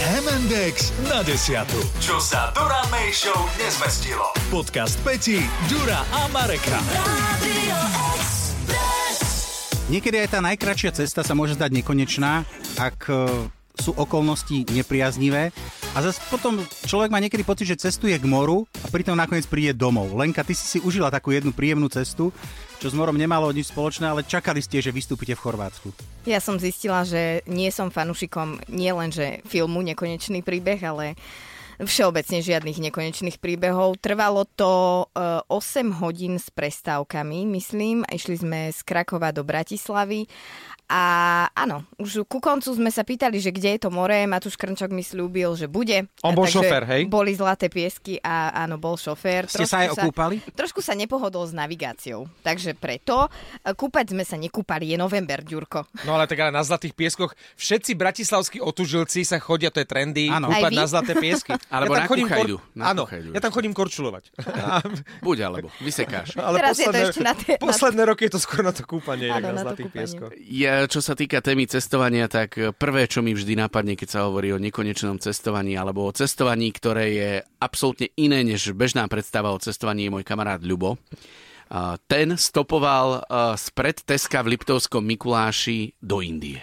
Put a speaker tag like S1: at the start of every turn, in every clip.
S1: Index na desiatu. Čo sa Dura May Show nezmestilo. Podcast Peti, Dura a Mareka.
S2: Niekedy aj tá najkračšia cesta sa môže zdať nekonečná, ak e, sú okolnosti nepriaznivé. A zase potom človek má niekedy pocit, že cestuje k moru a pritom nakoniec príde domov. Lenka, ty si si užila takú jednu príjemnú cestu, čo s morom nemalo nič spoločné, ale čakali ste, že vystúpite v Chorvátsku.
S3: Ja som zistila, že nie som fanúšikom nielenže filmu Nekonečný príbeh, ale všeobecne žiadnych nekonečných príbehov. Trvalo to e, 8 hodín s prestávkami, myslím. Išli sme z Krakova do Bratislavy a áno, už ku koncu sme sa pýtali, že kde je to more. Matúš Krnčok mi slúbil, že bude.
S4: On bol
S3: Takže
S4: šofér, hej?
S3: Boli zlaté piesky a áno, bol šofér.
S2: Ste sa aj okúpali?
S3: Trošku sa nepohodol s navigáciou, takže preto e, kúpať sme sa nekúpali, je november, Ďurko.
S4: No ale tak ale na Zlatých pieskoch všetci bratislavskí otužilci sa chodia, to je trendy,
S2: Áno.
S4: kúpať
S3: Aj vy?
S4: na Zlaté piesky.
S5: Alebo na Kuchajdu, na
S4: áno,
S5: Kuchajdu
S4: ja tam
S5: ešte.
S4: chodím korčulovať.
S5: Buď alebo, vysekáš.
S4: Ale
S3: Teraz je to ešte na tie- na-
S4: posledné roky je to skôr na to kúpanie,
S3: Áno, na
S4: inak na,
S3: to
S4: Zlatých
S3: kúpanie.
S4: pieskoch.
S5: Ja, čo sa týka témy cestovania, tak eh, prvé, čo mi vždy napadne, keď sa hovorí o nekonečnom cestovaní alebo o cestovaní, ktoré je absolútne iné než bežná predstava o cestovaní, je môj kamarát Ľubo. A Ten stopoval eh, spred Teska v Liptovskom Mikuláši do Indie.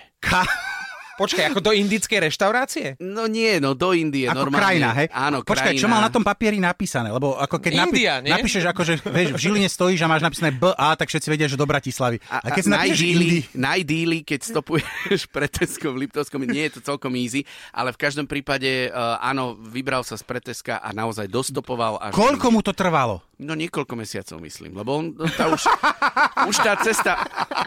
S4: Počkaj, ako do indickej reštaurácie?
S5: No nie, no do Indie.
S2: Ako
S5: normálne.
S2: krajina, hej?
S5: Áno,
S2: Počkaj,
S5: krajina.
S2: čo mal na tom papieri napísané? Lebo ako keď
S4: India, nie?
S2: napíšeš, akože, vieš, v Žiline stojíš a máš napísané BA, tak všetci vedia, že do Bratislavy. A, keď si napíšeš Indy,
S5: najdíly, keď stopuješ pre Tesco v Liptovskom, nie je to celkom easy, ale v každom prípade, eh, áno, vybral sa z preteska a naozaj dostopoval. Až
S2: koľko mu to trvalo?
S5: No niekoľko mesiacov, myslím, lebo on, no, tá už, už tá cesta,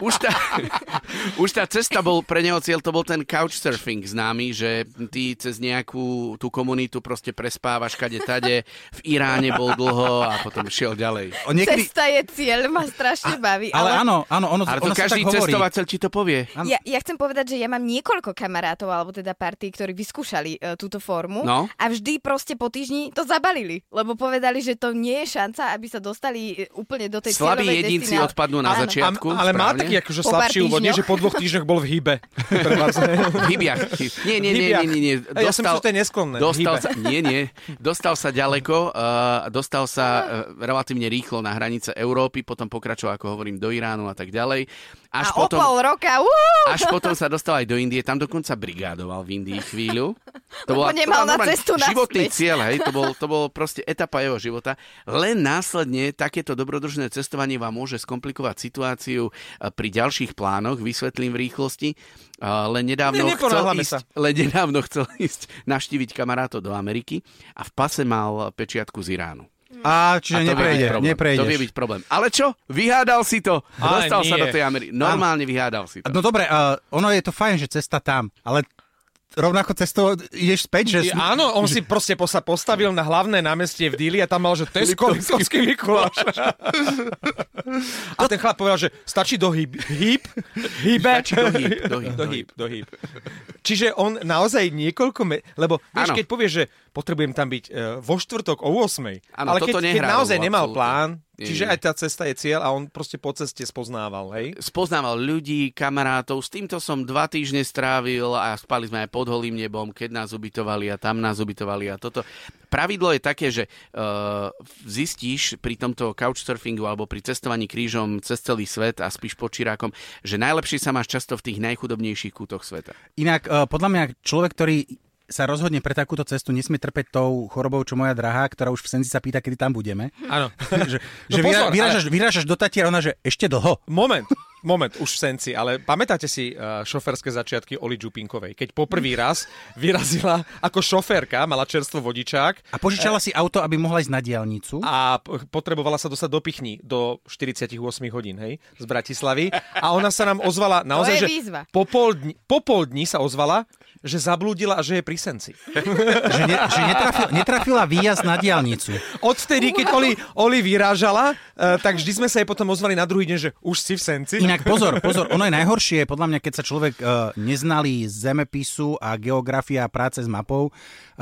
S5: už tá, už tá cesta bol pre neho cieľ, to bol ten couchsurfing známy, že ty cez nejakú tú komunitu proste prespávaš kade tade, v Iráne bol dlho a potom šiel ďalej.
S2: O, niekedy,
S3: Cesta je cieľ, ma strašne baví.
S2: ale, áno, áno, ono,
S5: Ale
S2: No
S5: to
S2: ono sa
S5: každý
S2: tak hovorí.
S5: cestovateľ ti to povie.
S2: Áno.
S3: Ja, ja chcem povedať, že ja mám niekoľko kamarátov, alebo teda partí, ktorí vyskúšali e, túto formu
S5: No.
S3: a vždy proste po týždni to zabalili, lebo povedali, že to nie je šanca, aby sa dostali e, úplne do tej
S5: Slabí
S3: cieľovej
S5: jedinci
S3: destinácie.
S5: odpadnú na
S3: Áno.
S5: začiatok. Piatku,
S4: A- ale má
S5: správne.
S4: taký akože
S3: Po pár
S4: slabší úvod, nie,
S3: týždňoch.
S4: že po dvoch týždňoch bol v hybe. Treba-
S5: V Hybiach. Nie, nie, nie, nie, nie, nie.
S4: Ja som myslel, že to je nesklonné, v
S5: Dostal
S4: Hybe.
S5: sa, nie, nie. Dostal sa ďaleko, uh, dostal sa uh, relatívne rýchlo na hranice Európy, potom pokračoval, ako hovorím, do Iránu a tak ďalej.
S3: A
S5: Až
S3: o
S5: potom,
S3: pol roka, uú,
S5: až potom sa dostal aj do Indie, tam dokonca brigádoval v Indii chvíľu. To
S3: Lebo nemal na
S5: normálne
S3: cestu naspäť.
S5: životný cieľ, hej, to bol, to bol proste etapa jeho života. Len následne takéto dobrodružné cestovanie vám môže skomplikovať situáciu eh, pri ďalších plánoch, vysvetlím v rýchlosti. Eh, Len nedávno,
S4: Ne,
S5: chcel
S4: neponáhľame
S5: ísť,
S4: sa.
S5: len nedávno chcel ísť naštíviť kamarátov do Ameriky a v pase mal pečiatku z Iránu.
S2: A čiže
S5: A to vie byť
S2: neprejde,
S5: problém.
S2: neprejdeš.
S5: To vie byť problém. Ale čo? Vyhádal si to.
S4: Ale
S5: Dostal sa
S4: nie.
S5: do tej Ameriky. Normálne vyhádal si to.
S2: No dobre, uh, ono je to fajn, že cesta tam, ale rovnako cestou ideš späť, že...
S4: I- Áno, on si proste po- sa postavil na hlavné námestie v Dili a tam mal, že Tesko Liptovský Mikuláš. A ten chlap povedal, že stačí do hýb. Hýb? Hýbe?
S5: Stačí do hýb, do hýb,
S4: Do
S5: do
S4: hýb, do hýb. Čiže on naozaj niekoľko... Me- lebo vieš,
S5: Áno.
S4: keď povieš, že potrebujem tam byť e, vo štvrtok o 8.
S5: Áno,
S4: ale keď,
S5: toto
S4: keď
S5: nehrá
S4: naozaj
S5: rolu,
S4: nemal
S5: absolútne.
S4: plán,
S5: Nie,
S4: čiže
S5: nie.
S4: aj tá cesta je cieľ a on proste po ceste spoznával, hej?
S5: spoznával ľudí, kamarátov, s týmto som dva týždne strávil a spali sme aj pod holým nebom, keď nás ubytovali a tam nás ubytovali a toto. Pravidlo je také, že uh, zistíš pri tomto couchsurfingu alebo pri cestovaní krížom cez celý svet a spíš pod čirákom, že najlepšie sa máš často v tých najchudobnejších kútoch sveta.
S2: Inak, eh, podľa mňa, človek, ktorý sa rozhodne pre takúto cestu, nesmie trpeť tou chorobou, čo moja drahá, ktorá už v senci sa pýta, kedy tam budeme.
S4: Áno.
S2: že že
S4: No
S2: vyra-
S4: pozor,
S2: vyrážaš, vyrážaš do Tatier, ona, že ešte dlho.
S4: Moment, moment, už v senci, ale pamätáte si uh, šoferské začiatky Oli Čupinkovej, keď poprvý raz vyrazila ako šoférka, mala čerstvo vodičák
S2: A požičala si auto, aby mohla ísť na diálnicu.
S4: a p- potrebovala sa dostať do Pichni do 48 hodín, hej, z Bratislavy. A ona sa nám ozvala naozaj,
S3: je
S4: že
S3: výzva.
S4: po pol, dni, po pol dni sa ozvala, že zablúdila a že je pri senci.
S2: Že, ne, že netrafil, netrafila výjazd na diálnicu.
S4: eh, Odvtedy, keď Oli, Oli vyrážala, uh, tak vždy sme sa jej potom ozvali na druhý deň, že už si v senci.
S2: Inak pozor, pozor, ono je najhoršie, podľa mňa, keď sa človek uh, neznalý zemepisu a geografia a práce s mapou uh,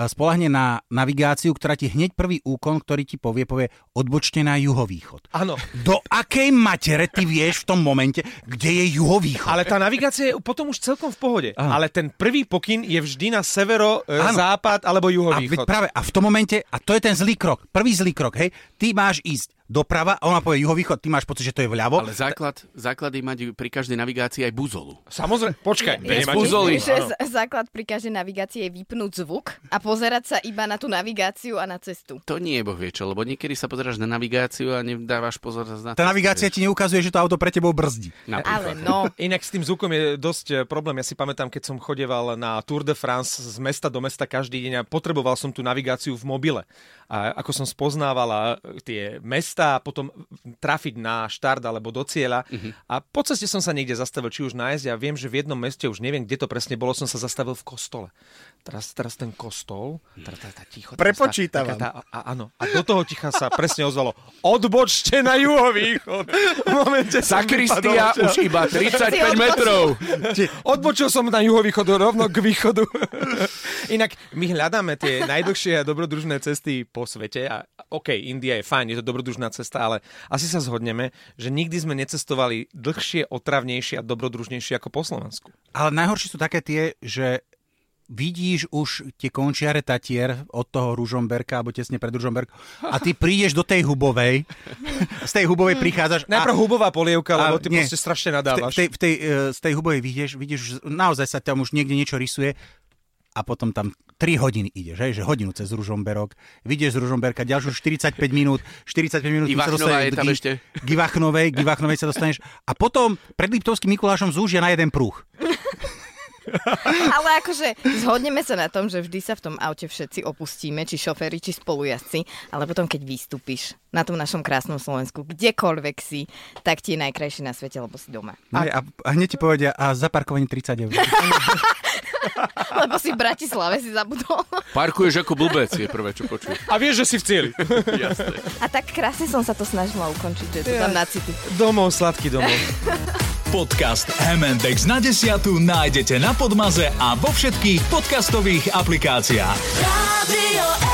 S2: spolahne na navigáciu, ktorá ti hneď prvý úkon, ktorý ti povie, povie odbočte na juhovýchod.
S4: Áno.
S2: Do akej matere ty vieš v tom momente, kde je juhovýchod?
S4: Ale tá navigácia je potom už celkom v pohode. Aha. Ale ten prvý pokyn je vždy na severo, e,
S2: Áno.
S4: západ
S2: A,
S4: alebo
S2: veď
S4: juhovýchod.
S2: práve, a v tom momente, a to je ten zlý krok, prvý zlý krok, hej, ty máš ísť doprava a ona povie juhovýchod, ty máš pocit, že to je vľavo.
S5: Ale základ, základ je mať pri každej navigácii aj buzolu.
S4: Samozrejme, počkaj.
S5: Bez
S4: nemáte-
S5: buzoly.
S4: Áno.
S3: Že z- základ pri každej navigácii je vypnúť zvuk a pozerať sa iba na tú navigáciu a na cestu.
S5: To nie je boh vie čo, lebo niekedy sa pozeráš na navigáciu a nedávaš pozor na...
S2: Tá navigácia ti neukazuje, že to auto pre tebou brzdí.
S3: Ale no,
S4: Inak s tým zvukom je dosť e, problém. Ja si pamätám, keď som chodeval na Tour de France z mesta do mesta každý deň a potreboval som tú navigáciu v mobile. A ako som spoznávala e, tie mesta a potom trafiť na štart alebo do cieľa. Uh-huh. A po ceste som sa niekde zastavil, či už nájsť. Ja viem, že v jednom meste, už neviem, kde to presne bolo, som sa zastavil v kostole. Teraz, teraz ten kostol, teraz tá, tá ticho. teraz
S6: Prepočítavam.
S4: Tá, taká tá, a, áno, a do toho ticha sa presne ozvalo, odbočte na juhovýchod. V momente som
S5: Sakristia
S4: vypadol, že-
S5: už iba 35
S3: Si odbočil.
S5: metrov.
S4: Odbočil som na juhovýchod rovno k východu. Inak my hľadáme tie najdlhšie a dobrodružné cesty po svete. A OK, India je fajn, je to dobrodružná cesta, ale asi sa zhodneme, že nikdy sme necestovali dlhšie, otravnejšie a dobrodružnejšie ako po Slovensku.
S2: Ale najhoršie sú také tie, že vidíš už tie končiare tatier od toho Ružomberka, alebo tesne pred Ružomberkom a ty prídeš do tej hubovej, z tej hubovej prichádzaš
S4: Hmm. Najprv
S2: a...
S4: hubová polievka,
S2: a-
S4: lebo ty
S2: nie.
S4: proste strašne
S2: V
S4: nadávaš.
S2: tej, v tej, eh, z tej hubovej vidieš, vidíš, že naozaj sa tam už niekde niečo rysuje a potom tam 3 hodiny ideš, hej, že hodinu cez Ružomberok, vidieš z Ružomberka ďalšiu 45 minút, 45 minút kým sa
S5: Ivachnová
S2: dostaneš
S5: je
S2: do
S5: tam
S2: Gi-
S5: ešte.
S2: Givachnovej, Givachnovej sa dostaneš a potom pred Liptovským Mikulášom zúžia na jeden pruh.
S3: ale akože zhodneme sa na tom, že vždy sa v tom aute všetci opustíme, či šoféri, či spolujazdci, ale potom keď vystúpiš na tom našom krásnom Slovensku, kdekoľvek si, tak ti je najkrajšie na svete, lebo si doma.
S2: No a, a hneď ti povedia, a za parkovanie 30 eur.
S3: Lebo si v Bratislave si zabudol.
S5: Parkuješ ako blbec, je prvé, čo počujem.
S4: A vieš, že si v cieli.
S3: A tak krásne som sa to snažila ukončiť, že to tam na city.
S4: Domov, sladký domov.
S1: Podcast M&X na desiatu nájdete na Podmaze a vo všetkých podcastových aplikáciách.
S7: Radio